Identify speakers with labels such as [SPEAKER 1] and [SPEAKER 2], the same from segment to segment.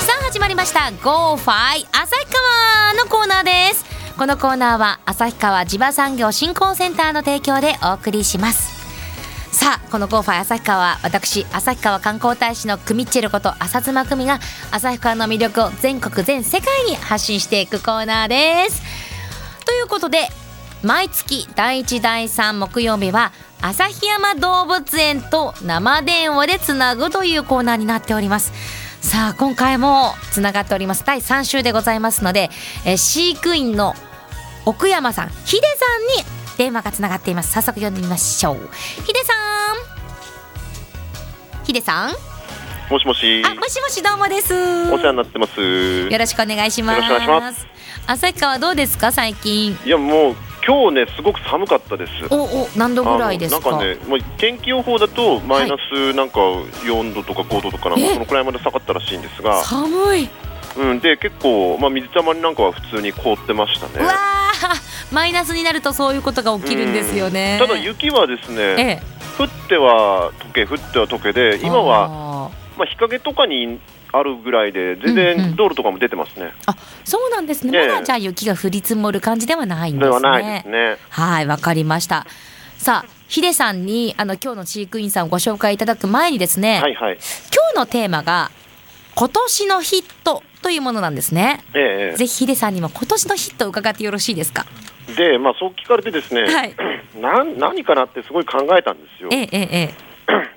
[SPEAKER 1] ザ・ゴーファイ旭川のコーナーですこのコーナーは旭川地場産業振興センターの提供でお送りしますさあこのゴーファイ旭川は私旭川観光大使のクミッチェルこと浅妻久美が旭川の魅力を全国全世界に発信していくコーナーですということで毎月第1第3木曜日は旭山動物園と生電話でつなぐというコーナーになっておりますさあ今回もつながっております第3週でございますので、えー飼育員の奥山さんヒデさんに電話がつながっています早速呼んでみましょうヒデさんヒデさん
[SPEAKER 2] もしもし。
[SPEAKER 1] あもしもしどうもです
[SPEAKER 2] お世話になってます。
[SPEAKER 1] よろしくお願いします
[SPEAKER 2] よろしくお願いしま
[SPEAKER 1] 旭川どうですか最近
[SPEAKER 2] いやもう今日ねすごく寒かったです。
[SPEAKER 1] おお何度ぐらいですか
[SPEAKER 2] あのなんかね、まあ、天気予報だとマイナスなんか4度とか5度とかなんか
[SPEAKER 1] え
[SPEAKER 2] そのくらいまで下がったらしいんですが、
[SPEAKER 1] 寒い
[SPEAKER 2] うん、で結構、まあ、水たまりなんかは普通に凍ってましたね
[SPEAKER 1] うわーマイナスになるとそういうことが起きるんですよね。
[SPEAKER 2] ただ雪はです
[SPEAKER 1] え
[SPEAKER 2] ね
[SPEAKER 1] え
[SPEAKER 2] 降っては溶け降っては溶けで今は
[SPEAKER 1] は
[SPEAKER 2] まあ、日陰とかにあるぐらいで全
[SPEAKER 1] うんうん
[SPEAKER 2] 然道路とかも出てますね、
[SPEAKER 1] そうなんですね。
[SPEAKER 2] ええ
[SPEAKER 1] まだじゃあ雪が降り積もる感じではないんです
[SPEAKER 2] で
[SPEAKER 1] ね。
[SPEAKER 2] はないですね
[SPEAKER 1] はい、わかりました。さあ、ヒデさんにあの今日の飼育員さんをご紹介いただく前にですね、
[SPEAKER 2] はいはい
[SPEAKER 1] 今日のテーマが今年のヒットというものなんですね。
[SPEAKER 2] ええええ
[SPEAKER 1] ぜひヒデさんにも今年のヒットを伺ってよろしいですか。
[SPEAKER 2] で、まあ、そう聞かれてですね、
[SPEAKER 1] はい
[SPEAKER 2] なん何かなってすごい考えたんですよ
[SPEAKER 1] え。えええええ。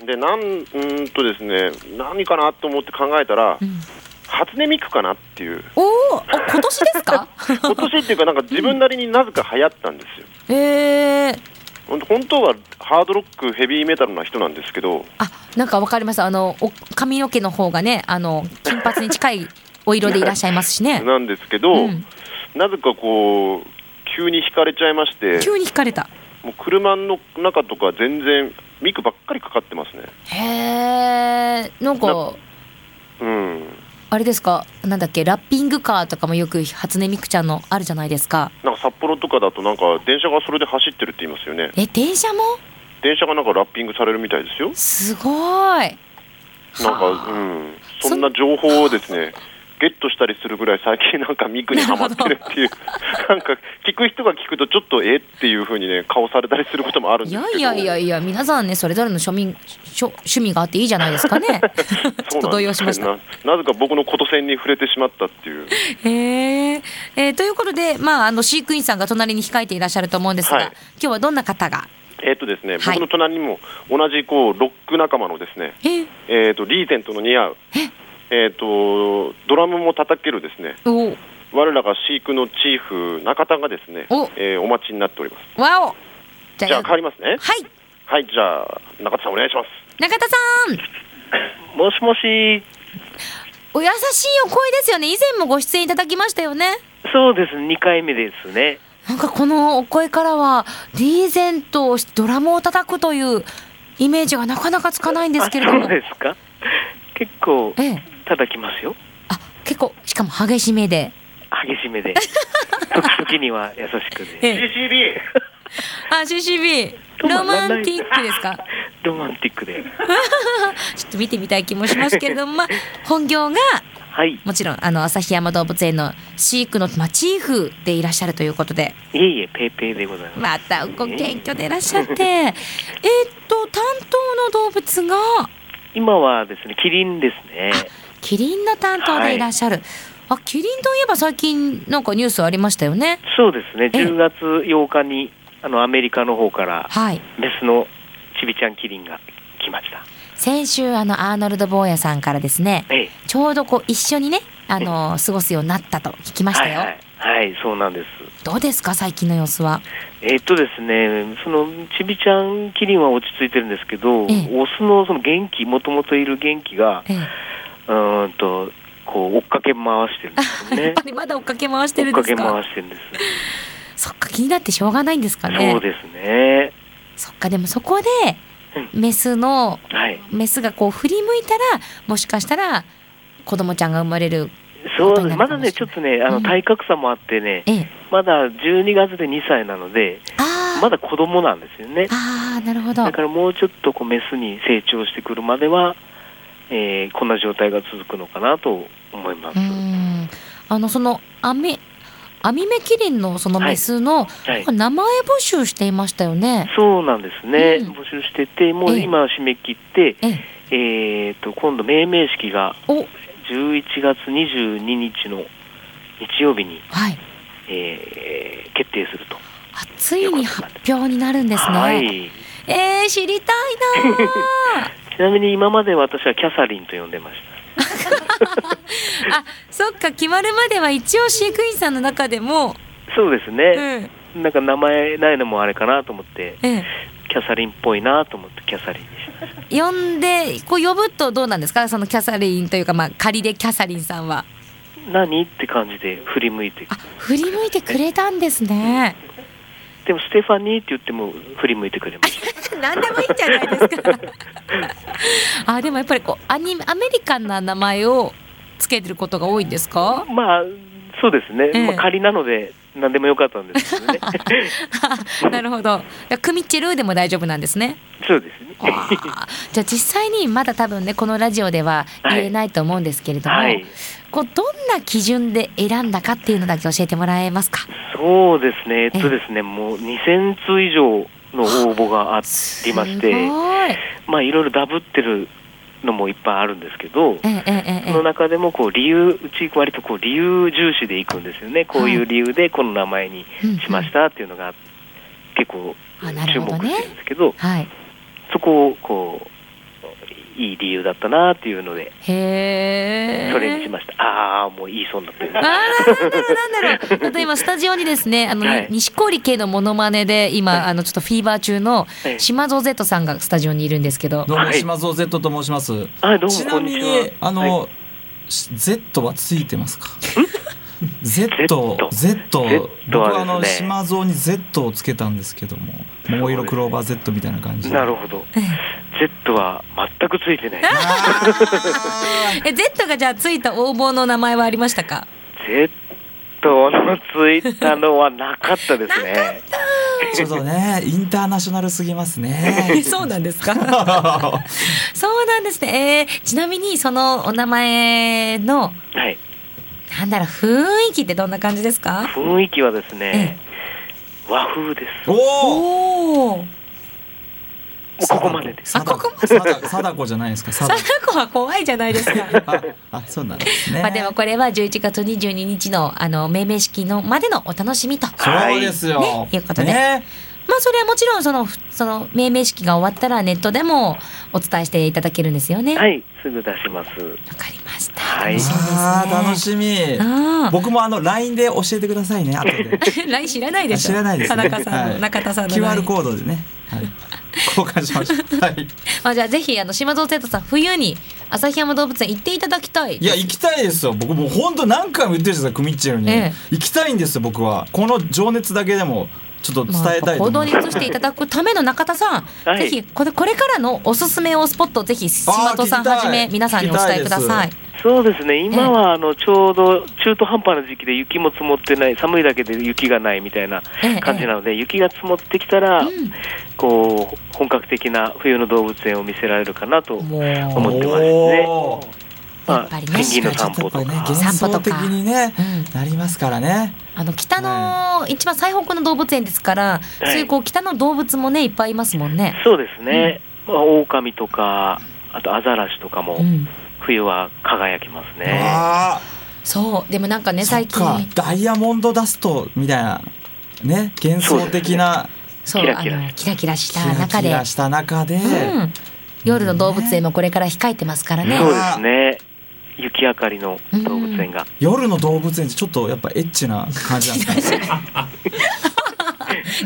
[SPEAKER 2] でなんうーんとですね何かなと思って考えたら、
[SPEAKER 1] うん
[SPEAKER 2] 初音ミクかなっ ていう
[SPEAKER 1] おお、あ今年です か。
[SPEAKER 2] 今年っていうかなんか自分なりになぜか流行ったんですよ。
[SPEAKER 1] ええ
[SPEAKER 2] ほんと本当はハードロックヘビーメタルな人なんですけど
[SPEAKER 1] あ、なんかわかります。あの、お髪の毛の方がね、あの、金髪に近いお色でいらっしゃいますしね。
[SPEAKER 2] なんですけど、
[SPEAKER 1] うん
[SPEAKER 2] なぜかこう急に惹かれちゃいまして
[SPEAKER 1] 急に惹かれた。
[SPEAKER 2] もう車の中とか全然ミクばっかりかかってますね。
[SPEAKER 1] へえ、なんか
[SPEAKER 2] な、うん
[SPEAKER 1] あれですか、なんだっけ、ラッピングカーとかもよく初音ミクちゃんのあるじゃないですか。
[SPEAKER 2] なんか札幌とかだとなんか電車がそれで走ってるって言いますよね
[SPEAKER 1] え、電車も
[SPEAKER 2] 電車がなんかラッピングされるみたいですよ
[SPEAKER 1] すごい。
[SPEAKER 2] なん
[SPEAKER 1] は
[SPEAKER 2] か、
[SPEAKER 1] あ
[SPEAKER 2] うん、
[SPEAKER 1] そ
[SPEAKER 2] そんな情報をですね、ゲットしたりするぐらい最近なんかミクにハマってるっていう、 なんか聞く人が聞くとちょっとえっていう風にね、顔されたりすることもあるん
[SPEAKER 1] い
[SPEAKER 2] です
[SPEAKER 1] や
[SPEAKER 2] けど。
[SPEAKER 1] いやいやいや、皆さんね、それぞれの庶民、しょ趣味があっていいじゃないです かね。ちょっと動揺しました
[SPEAKER 2] そうなんですななぜか僕のこと線に触れてしまったっていう。
[SPEAKER 1] へーえーということで、まあ、あの飼育員さんが隣に控えていらっしゃると思うんですが、
[SPEAKER 2] はい
[SPEAKER 1] 今日はどんな方が、
[SPEAKER 2] えっ、とですね、
[SPEAKER 1] はい
[SPEAKER 2] 僕の隣にも同じこう、ロック仲間のですね、
[SPEAKER 1] えー、
[SPEAKER 2] えっ、と、リーゼントの似合う、えっ、と、ドラムも叩けるですね、
[SPEAKER 1] お
[SPEAKER 2] 我らが飼育のチーフ、中田がですね
[SPEAKER 1] お、
[SPEAKER 2] えーお待ちになっております。
[SPEAKER 1] わおじ
[SPEAKER 2] じゃあ変わりますね。
[SPEAKER 1] はい
[SPEAKER 2] はい、じゃあ、中田さんお願いします。
[SPEAKER 1] 中田さん
[SPEAKER 2] もしもし、
[SPEAKER 1] お優しいお声ですよね以前もご出演いただきましたよね
[SPEAKER 3] そうです、2回目ですね。
[SPEAKER 1] なんかこのお声からはリーゼントをしドラムを叩くというイメージがなかなかつかないんですけれど
[SPEAKER 3] あ
[SPEAKER 1] も
[SPEAKER 3] そうですか。結構
[SPEAKER 1] ええ
[SPEAKER 3] 叩きますよ。
[SPEAKER 1] あ結構しかも激しめで
[SPEAKER 3] 激し めで。時々には優しくで。
[SPEAKER 1] ええ
[SPEAKER 2] CCB!
[SPEAKER 1] あ CCB ロマンティックですか
[SPEAKER 3] ロマンティックで。
[SPEAKER 1] ちょっと見てみたい気もしますけれども、まあ、本業が
[SPEAKER 3] はい。い
[SPEAKER 1] もちろんあの旭山動物園の飼育の、まあ、チーフでいらっしゃるということで
[SPEAKER 3] えいえ、ペーペーでございます。
[SPEAKER 1] またご謙虚でいらっしゃってえーっと担当の動物が
[SPEAKER 3] 今はですね、キリンですね。
[SPEAKER 1] キリンの担当でいらっしゃる、あキリンといえば最近なんかニュースありましたよね
[SPEAKER 3] そうですね、
[SPEAKER 1] ええ
[SPEAKER 3] 10月8日に、あの、アメリカの方から、
[SPEAKER 1] はい
[SPEAKER 3] メスのチビちゃんキリンが来ました。
[SPEAKER 1] 先週あのアーノルド・坊やさんからですね
[SPEAKER 3] ええ。
[SPEAKER 1] ちょうどこう一緒にねあの過ごすようになったと聞きました
[SPEAKER 3] はい
[SPEAKER 1] よ、
[SPEAKER 3] はい。はい、そうなんです。
[SPEAKER 1] どうですか最近の様子は
[SPEAKER 3] えっとですね、そのちびちゃんキリンは落ち着いてるんですけど、
[SPEAKER 1] ええ
[SPEAKER 3] オスのその元気、もともといる元気が、
[SPEAKER 1] ええ
[SPEAKER 3] うーんと、こう追っかけ回してるんです よ
[SPEAKER 1] やっ
[SPEAKER 3] ね
[SPEAKER 1] ぱ。りまだ追っかけ回して
[SPEAKER 3] 追
[SPEAKER 1] る
[SPEAKER 3] っ
[SPEAKER 1] んで
[SPEAKER 3] か
[SPEAKER 1] す
[SPEAKER 3] け
[SPEAKER 1] か
[SPEAKER 3] 回してるんです。
[SPEAKER 1] そっか気になってしょうがないんですかね
[SPEAKER 3] そうですね。
[SPEAKER 1] そっかでもそこでメスの
[SPEAKER 3] はい。
[SPEAKER 1] メスがこう振り向いたらもしかしたら子供ちゃんが生まれる
[SPEAKER 3] そ
[SPEAKER 1] こと
[SPEAKER 3] う
[SPEAKER 1] になる
[SPEAKER 3] ま
[SPEAKER 1] か
[SPEAKER 3] だ
[SPEAKER 1] もしれない
[SPEAKER 3] ね、ちょっとね、あ
[SPEAKER 1] う
[SPEAKER 3] の
[SPEAKER 1] ん
[SPEAKER 3] 体格差もあってね、
[SPEAKER 1] ええ
[SPEAKER 3] まだ12月で2歳なので、
[SPEAKER 1] あー、
[SPEAKER 3] まだ子供なんですよね。
[SPEAKER 1] あーなるほど
[SPEAKER 3] だからもうちょっとこうメスに成長してくるまでは、えーこんな状態が続くのかなと思います
[SPEAKER 1] う。んあのそのアミアミメキリンのそのメスの、
[SPEAKER 3] はい
[SPEAKER 1] 名前募集していましたよね。
[SPEAKER 3] そうなんですね、
[SPEAKER 1] うん
[SPEAKER 3] 募集してて、もう今、締め切って、
[SPEAKER 1] ええ
[SPEAKER 3] えー、と今度、命名式が
[SPEAKER 1] お
[SPEAKER 3] 11月22日の日曜日に、
[SPEAKER 1] はい。
[SPEAKER 3] えー決定すると。
[SPEAKER 1] あついに発表になるんですね。
[SPEAKER 3] はい、
[SPEAKER 1] えー、知りたいな ー
[SPEAKER 3] ちなみに今まで私はキャサリンと呼んでまし
[SPEAKER 1] あそっか決まるまでは一応飼育員さんの中でも、
[SPEAKER 3] た。そうです
[SPEAKER 1] うん
[SPEAKER 3] ね、
[SPEAKER 1] え
[SPEAKER 3] なんか名前ないのもあれかなと思って、
[SPEAKER 1] え
[SPEAKER 3] キャサリンっぽいなと思って、キャサリンにしまし
[SPEAKER 1] 呼んでこう呼ぶとどうなんですかそのキャサリンというか、まあ、仮でキャサリンさんは。
[SPEAKER 3] た。何って感じで振り向いていく
[SPEAKER 1] あ振り向いてくれたんですね。
[SPEAKER 3] でも、ステファニーって言っても振り向いてくれまし た。
[SPEAKER 1] 何でもいいんじゃないですか。 あでもやっぱりこうアニメアメリカンな名前をつけてることが多いんですか
[SPEAKER 3] まあそうですね、
[SPEAKER 1] ええ
[SPEAKER 3] まあ、仮なので何でもよかったんですけ どね
[SPEAKER 1] なるほど。クミッチェルーでも大丈夫なんです ね。
[SPEAKER 3] そうですね
[SPEAKER 1] わあじゃあ実際にまだ多分ねこのラジオでは言えないと思うんですけれども、
[SPEAKER 3] はい
[SPEAKER 1] こうどんな基準で選んだかっていうのだけ教えてもらえますか
[SPEAKER 3] そうですねえっとですねもう2000通以上の応募があ
[SPEAKER 1] す
[SPEAKER 3] りまし
[SPEAKER 1] ごい
[SPEAKER 3] てまあいろいろダブってるのもいっぱいあるんですけど
[SPEAKER 1] えええええ
[SPEAKER 3] その中でもこう理由うち割とこう理由重視でいくんですよねこういう理由でこの名前に
[SPEAKER 1] えうん
[SPEAKER 3] しましたっていうのが結構
[SPEAKER 1] あな
[SPEAKER 3] 注
[SPEAKER 1] るほ
[SPEAKER 3] 目
[SPEAKER 1] ど
[SPEAKER 3] し
[SPEAKER 1] ね
[SPEAKER 3] てるんですけど
[SPEAKER 1] はい
[SPEAKER 3] そこをこういい理由だったなっていうので
[SPEAKER 1] へえ
[SPEAKER 3] それにしました。ああ、もういい損だったよ
[SPEAKER 1] あーなんだろうなんだろう。あと今スタジオにですね、あの、
[SPEAKER 3] はい
[SPEAKER 1] 西郡系のモノマネで今あのちょっとフィーバー中の
[SPEAKER 3] ええ
[SPEAKER 1] 島蔵 Z さんがスタジオにいるんですけど、
[SPEAKER 4] どう
[SPEAKER 3] は
[SPEAKER 4] も
[SPEAKER 3] い
[SPEAKER 4] 島蔵 Z と申します。
[SPEAKER 3] あどう
[SPEAKER 4] ち
[SPEAKER 3] も、
[SPEAKER 4] な
[SPEAKER 3] こん
[SPEAKER 4] み
[SPEAKER 3] にち
[SPEAKER 4] に
[SPEAKER 3] は。
[SPEAKER 4] あ
[SPEAKER 3] はい
[SPEAKER 4] の、し Z はついて ますか。Z
[SPEAKER 3] Z
[SPEAKER 4] Z 僕はあ
[SPEAKER 3] は
[SPEAKER 4] の
[SPEAKER 3] ですね
[SPEAKER 4] 島蔵に Z をつけたんですけども、桃色クローバー Z みたいな感じで。
[SPEAKER 3] なるほど。Z は全くついてない。
[SPEAKER 1] え Z がじゃあついた応募の名前はありましたか？。
[SPEAKER 3] Z のついたのはなかったですね。
[SPEAKER 4] ちょっとね、インターナショナルすぎます ね
[SPEAKER 1] そうなんですか？ そうなんですね。えーちなみにそのお名前の
[SPEAKER 3] はい。
[SPEAKER 1] なんだろう雰囲気ってどんな感じですか？
[SPEAKER 3] 雰囲気はですね、和風です。も
[SPEAKER 4] おお。
[SPEAKER 1] おお。
[SPEAKER 3] うここまでです。
[SPEAKER 1] あここ
[SPEAKER 4] まで。貞子じゃないですか。
[SPEAKER 1] サダ
[SPEAKER 4] 貞
[SPEAKER 1] コは怖いじゃないですか。
[SPEAKER 4] 子。あ、あそうなんですね。
[SPEAKER 1] まあでもこれは11月22日のあの命名式のまでのお楽しみと。
[SPEAKER 4] そうですよ。
[SPEAKER 1] ねいうことで
[SPEAKER 4] ね
[SPEAKER 1] まあそれはもちろんそのふその命名式が終わったらネットでもお伝えしていただけるんですよね。。
[SPEAKER 3] はいい、すぐ出します。
[SPEAKER 1] わかりました。
[SPEAKER 3] はい
[SPEAKER 1] 楽しみですね。
[SPEAKER 4] あー楽しみ。
[SPEAKER 1] あ
[SPEAKER 4] 僕もあの LINE で教えてくださいね後で
[SPEAKER 1] あ。LINE 知ら ないでしょ。
[SPEAKER 4] 知らないです、ね、
[SPEAKER 1] 田中さんの、
[SPEAKER 4] はい
[SPEAKER 1] 中田さんの LINE。
[SPEAKER 4] QR コードでね、はい、交換しました、はい、
[SPEAKER 1] まあじゃあぜひあの島蔵生徒さん冬に旭山動物園行っていただきたい。
[SPEAKER 4] いや行きたいですよ僕もう本当何回も言ってるじゃないですか組っちゃうに、
[SPEAKER 1] ええ
[SPEAKER 4] 行きたいんですよ僕はこの情熱だけでもちょっと伝
[SPEAKER 1] まあ
[SPEAKER 4] えたいと
[SPEAKER 1] 行動
[SPEAKER 4] 思い
[SPEAKER 1] に移
[SPEAKER 4] ます、
[SPEAKER 1] していただくための中田 さん、
[SPEAKER 3] は
[SPEAKER 1] ぜ
[SPEAKER 3] い
[SPEAKER 1] ひこれこれからのおすすめをスポットをぜひ島蔵さん
[SPEAKER 4] あー聞きたい
[SPEAKER 1] はじめ皆さんにお伝えください
[SPEAKER 4] 聞き。
[SPEAKER 3] そうですね、今はあのちょうど中途半端な時期で雪も積もってない、寒いだけで雪がないみたいな
[SPEAKER 1] ええ
[SPEAKER 3] 感じなので、雪が積もってきたら、
[SPEAKER 1] うん
[SPEAKER 3] こう本格的な冬の動物園を見せられるかなと、
[SPEAKER 1] もう
[SPEAKER 3] 思ってますね
[SPEAKER 4] おー
[SPEAKER 1] や
[SPEAKER 3] ま
[SPEAKER 1] っ
[SPEAKER 3] あ、
[SPEAKER 1] ぱ
[SPEAKER 3] ペ
[SPEAKER 1] り
[SPEAKER 3] ン
[SPEAKER 1] ね
[SPEAKER 3] ギンの散歩
[SPEAKER 4] ちょ
[SPEAKER 3] と
[SPEAKER 4] っぱりね
[SPEAKER 3] か。
[SPEAKER 4] 幻想的にね
[SPEAKER 1] うん
[SPEAKER 4] なりますからね
[SPEAKER 1] あの北の一番最北の動物園ですから、
[SPEAKER 3] は
[SPEAKER 1] そ
[SPEAKER 3] い
[SPEAKER 1] ういうこう北の動物もねいっぱいいますもんね。
[SPEAKER 3] そうですね、まあ、狼とか、あとアザラシとかも
[SPEAKER 1] う、ん、
[SPEAKER 3] 冬は輝きますね。
[SPEAKER 4] あ
[SPEAKER 1] そうでもなんかね
[SPEAKER 4] ーそっ
[SPEAKER 1] 最近
[SPEAKER 4] かダイヤモンドダストみたいなね幻想的な
[SPEAKER 1] そう
[SPEAKER 3] キラキラ
[SPEAKER 1] あのキラキラし
[SPEAKER 4] キ
[SPEAKER 1] た
[SPEAKER 4] ラ
[SPEAKER 1] 中
[SPEAKER 4] キ
[SPEAKER 1] で
[SPEAKER 4] ラした中で、
[SPEAKER 1] うん、夜の動物園もこれから控えてますからね。
[SPEAKER 3] そうですね、雪明かりの動物園が。
[SPEAKER 4] 夜の動物園ってちょっとやっぱエッチな感じな んですかね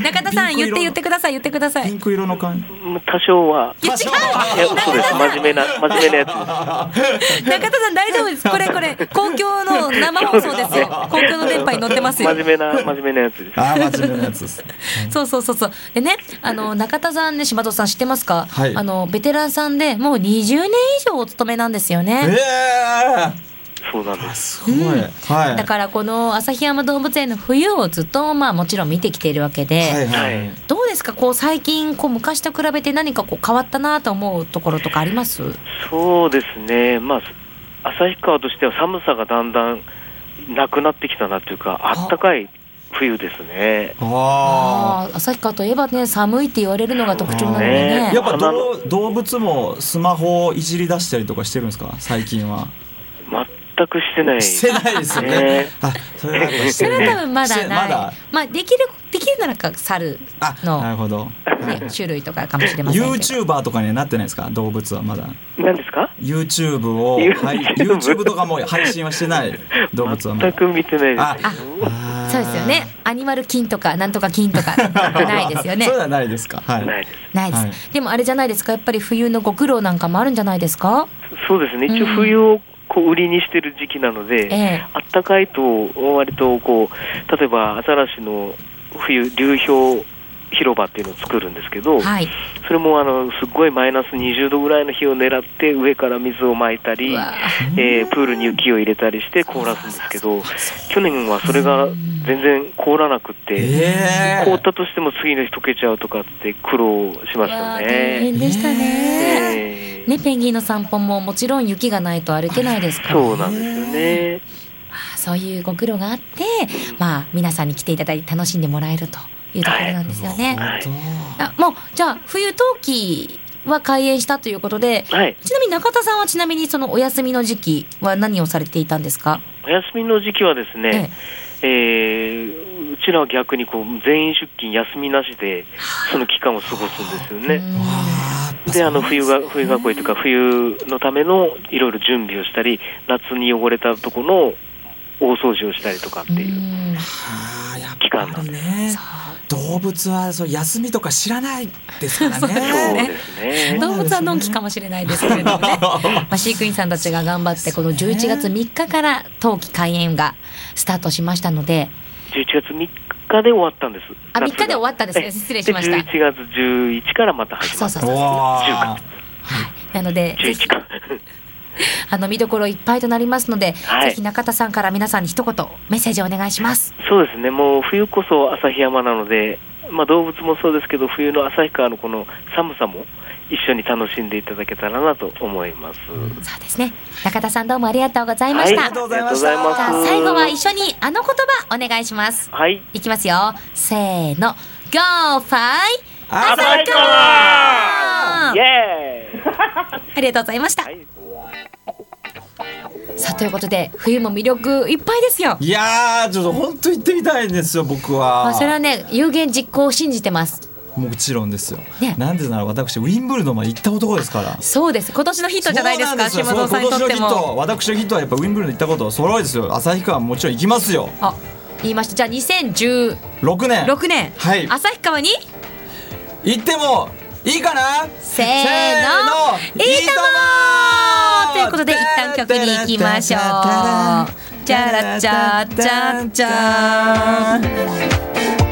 [SPEAKER 1] 中田さん
[SPEAKER 4] ピンク
[SPEAKER 1] 言っ
[SPEAKER 4] 色
[SPEAKER 1] て言ってください言ってくださ
[SPEAKER 4] ピ
[SPEAKER 1] い
[SPEAKER 4] ン。ク色 の感じ
[SPEAKER 3] うん多少は、
[SPEAKER 1] いや違
[SPEAKER 3] いや、嘘です、真面目な、真面目なやつです。
[SPEAKER 1] う中田さん大丈夫ですこれこれ公共の生放送です よ公共の電波に乗ってますよ
[SPEAKER 3] 真。面目な、真面目なやつです。
[SPEAKER 4] ああ真面目なやつです
[SPEAKER 1] そうそうそうそうでねあの中田さんね島戸さん知ってますか、
[SPEAKER 4] はい
[SPEAKER 1] あのベテランさんでもう20年以上お勤めなんですよ
[SPEAKER 4] え
[SPEAKER 1] ね。
[SPEAKER 4] え
[SPEAKER 3] そうなんで
[SPEAKER 4] ー、
[SPEAKER 3] す。
[SPEAKER 4] すごい、はい
[SPEAKER 1] だからこの旭山動物園の冬をずっとまあもちろん見てきているわけで、
[SPEAKER 4] はいはい、
[SPEAKER 3] はい
[SPEAKER 1] どうですかこう最近こう昔と比べて何かこう変わったなと思うところとかあります？
[SPEAKER 3] そうですね、まあ、す旭川としては寒さがだんだんなくなってきたなというか、あったかい冬ですね。
[SPEAKER 4] あ
[SPEAKER 1] ああ、旭川といえばね、寒いって言われるのが特徴なので
[SPEAKER 3] そ
[SPEAKER 1] ね
[SPEAKER 3] う
[SPEAKER 4] あ。。やっぱ
[SPEAKER 3] 花
[SPEAKER 4] どう動物もスマホをいじり出したりとかしてるんですか最近は。
[SPEAKER 3] 全くしてない。
[SPEAKER 4] してないですよね
[SPEAKER 3] ね。
[SPEAKER 4] あ、それはやっぱし
[SPEAKER 1] そ
[SPEAKER 4] て
[SPEAKER 1] れ
[SPEAKER 4] な。
[SPEAKER 1] はい多分まだ
[SPEAKER 4] し
[SPEAKER 1] な
[SPEAKER 4] て
[SPEAKER 1] い。
[SPEAKER 4] まだ
[SPEAKER 1] ま。あ、できる、できるならか、猿
[SPEAKER 4] あ、
[SPEAKER 1] の
[SPEAKER 4] なるほど。
[SPEAKER 1] ね、種類とかかもしれませんけど。
[SPEAKER 4] YouTuber とかにはなってないですか動物はまだ。
[SPEAKER 3] 何ですか
[SPEAKER 4] YouTube を、
[SPEAKER 3] YouTube
[SPEAKER 4] はい、YouTube とかも配信はしてない動物はま
[SPEAKER 3] 全
[SPEAKER 4] だ。
[SPEAKER 3] く見てない
[SPEAKER 4] あ
[SPEAKER 3] です。
[SPEAKER 4] あー
[SPEAKER 1] そうですよね。アニマル菌とか、なんとか菌とか、ないですよね
[SPEAKER 4] それ。はないですか。はい。
[SPEAKER 3] ないです。
[SPEAKER 1] ないです、
[SPEAKER 4] はい
[SPEAKER 1] でもあれじゃないですか。やっぱり冬のご苦労なんかもあるんじゃないですか。
[SPEAKER 3] そうですね。一応
[SPEAKER 1] うん
[SPEAKER 3] 冬をこう売りにしてる時期なので、
[SPEAKER 1] ええ。
[SPEAKER 3] あったかいと割とこう例えばアザラシの冬流氷広場っていうのを作るんですけど、
[SPEAKER 1] はい。
[SPEAKER 3] それもあのすっごいマイナス20度ぐらいの日を狙って上から水をまいたり
[SPEAKER 1] う、わ
[SPEAKER 3] えープールに雪を入れたりして凍らすんですけど去年はそれが全然凍らなくって、
[SPEAKER 4] ええ
[SPEAKER 3] 凍ったとしても次の日溶けちゃうとかって苦労しまし
[SPEAKER 1] わあ
[SPEAKER 3] た
[SPEAKER 1] 大
[SPEAKER 3] ね。
[SPEAKER 1] 変でしたね。
[SPEAKER 3] えー
[SPEAKER 1] ね、ペンギンの散歩ももちろん雪がないと歩けないですから、
[SPEAKER 3] そうなんですよね。
[SPEAKER 1] そういうご苦労があって、まあ、皆さんに来ていただいて楽しんでもらえるというところなんですよね。
[SPEAKER 4] なるほど
[SPEAKER 1] あもうじゃあ冬冬季は開園したということで
[SPEAKER 3] はい、
[SPEAKER 1] ちなみに中田さんはちなみにそのお休みの時期は何をされていたんですか、
[SPEAKER 3] お休みの時期はですね、えーうちらは逆にこう全員出勤休みなしでその期間を過ごすんですよ
[SPEAKER 1] ええう
[SPEAKER 3] ね。
[SPEAKER 1] ん
[SPEAKER 3] であの冬が冬学校というか冬のためのいろいろ準備をしたり夏に汚れたところの大掃除をしたりとかっていううん
[SPEAKER 4] あーやっ
[SPEAKER 3] 期間な
[SPEAKER 4] ぱ
[SPEAKER 3] ん
[SPEAKER 4] りね
[SPEAKER 1] そ。
[SPEAKER 4] 動物はそう休みとか知らないで すからね。
[SPEAKER 3] そう です
[SPEAKER 1] う
[SPEAKER 3] ね。
[SPEAKER 1] 動物はのんきかもしれないですけれども ね、まあ、飼育員さんたちが頑張ってこの11月3日から冬季開園がスタートしましたので
[SPEAKER 3] 11月3日で終わったんです。
[SPEAKER 1] あ3日で終わったんですね
[SPEAKER 3] え
[SPEAKER 1] 失礼しました
[SPEAKER 3] で11月11からまた始
[SPEAKER 1] そ
[SPEAKER 3] ま
[SPEAKER 1] う
[SPEAKER 3] っ
[SPEAKER 1] そ
[SPEAKER 3] た
[SPEAKER 1] う。そう
[SPEAKER 4] わ
[SPEAKER 1] なのでぜひ
[SPEAKER 3] 11か。
[SPEAKER 1] あの見どころいっぱいとなりますので、
[SPEAKER 3] はい
[SPEAKER 1] ぜひ中田さんから皆さんに一言メッセージをお願いします。
[SPEAKER 3] そうですね、もう冬こそ旭山なので、まあ、動物もそうですけど、冬の旭川のこの寒さも一緒に楽しんでいただけたらなと思います。
[SPEAKER 1] そうですね。中田さんどうもありがとうございました。
[SPEAKER 4] ありがとうございました
[SPEAKER 3] ありがとうござい
[SPEAKER 1] さ
[SPEAKER 3] ま
[SPEAKER 1] あ
[SPEAKER 3] す
[SPEAKER 1] 最後は一緒にあの言葉お願いします。
[SPEAKER 3] はい、
[SPEAKER 1] いきますよ。せーの。Go f i
[SPEAKER 4] あ
[SPEAKER 1] 旭川
[SPEAKER 3] イエーイ
[SPEAKER 1] ありがとうございました。
[SPEAKER 3] はい
[SPEAKER 1] さあということで冬も魅力いっぱいですよ。
[SPEAKER 4] いやーちょっと本当行ってみたいんですよ僕
[SPEAKER 1] ま
[SPEAKER 4] は
[SPEAKER 1] あ、それはね有言実行を信じてます。
[SPEAKER 4] もちろんですよ、
[SPEAKER 1] ね
[SPEAKER 4] なんでなら私ウィンブルドンまで行った男ですから
[SPEAKER 1] そうです。今年のヒットじゃないですか。
[SPEAKER 4] そう
[SPEAKER 1] 島
[SPEAKER 4] なん
[SPEAKER 1] 蔵
[SPEAKER 4] ですよ
[SPEAKER 1] さんにとって
[SPEAKER 4] そう今年のヒッ
[SPEAKER 1] も。
[SPEAKER 4] ト私のヒットはやっぱウィンブルドン行ったこと揃いですよ旭川ももちろん行きますよ
[SPEAKER 1] あ言いました。じゃあ2016
[SPEAKER 4] 6年
[SPEAKER 1] 年、
[SPEAKER 4] はい
[SPEAKER 1] 旭川に
[SPEAKER 4] 行ってもいいかな
[SPEAKER 1] せーの
[SPEAKER 4] せー
[SPEAKER 1] いいとも
[SPEAKER 4] も
[SPEAKER 1] ということで一旦曲に行きましょうチャラチャチャチャ
[SPEAKER 4] ー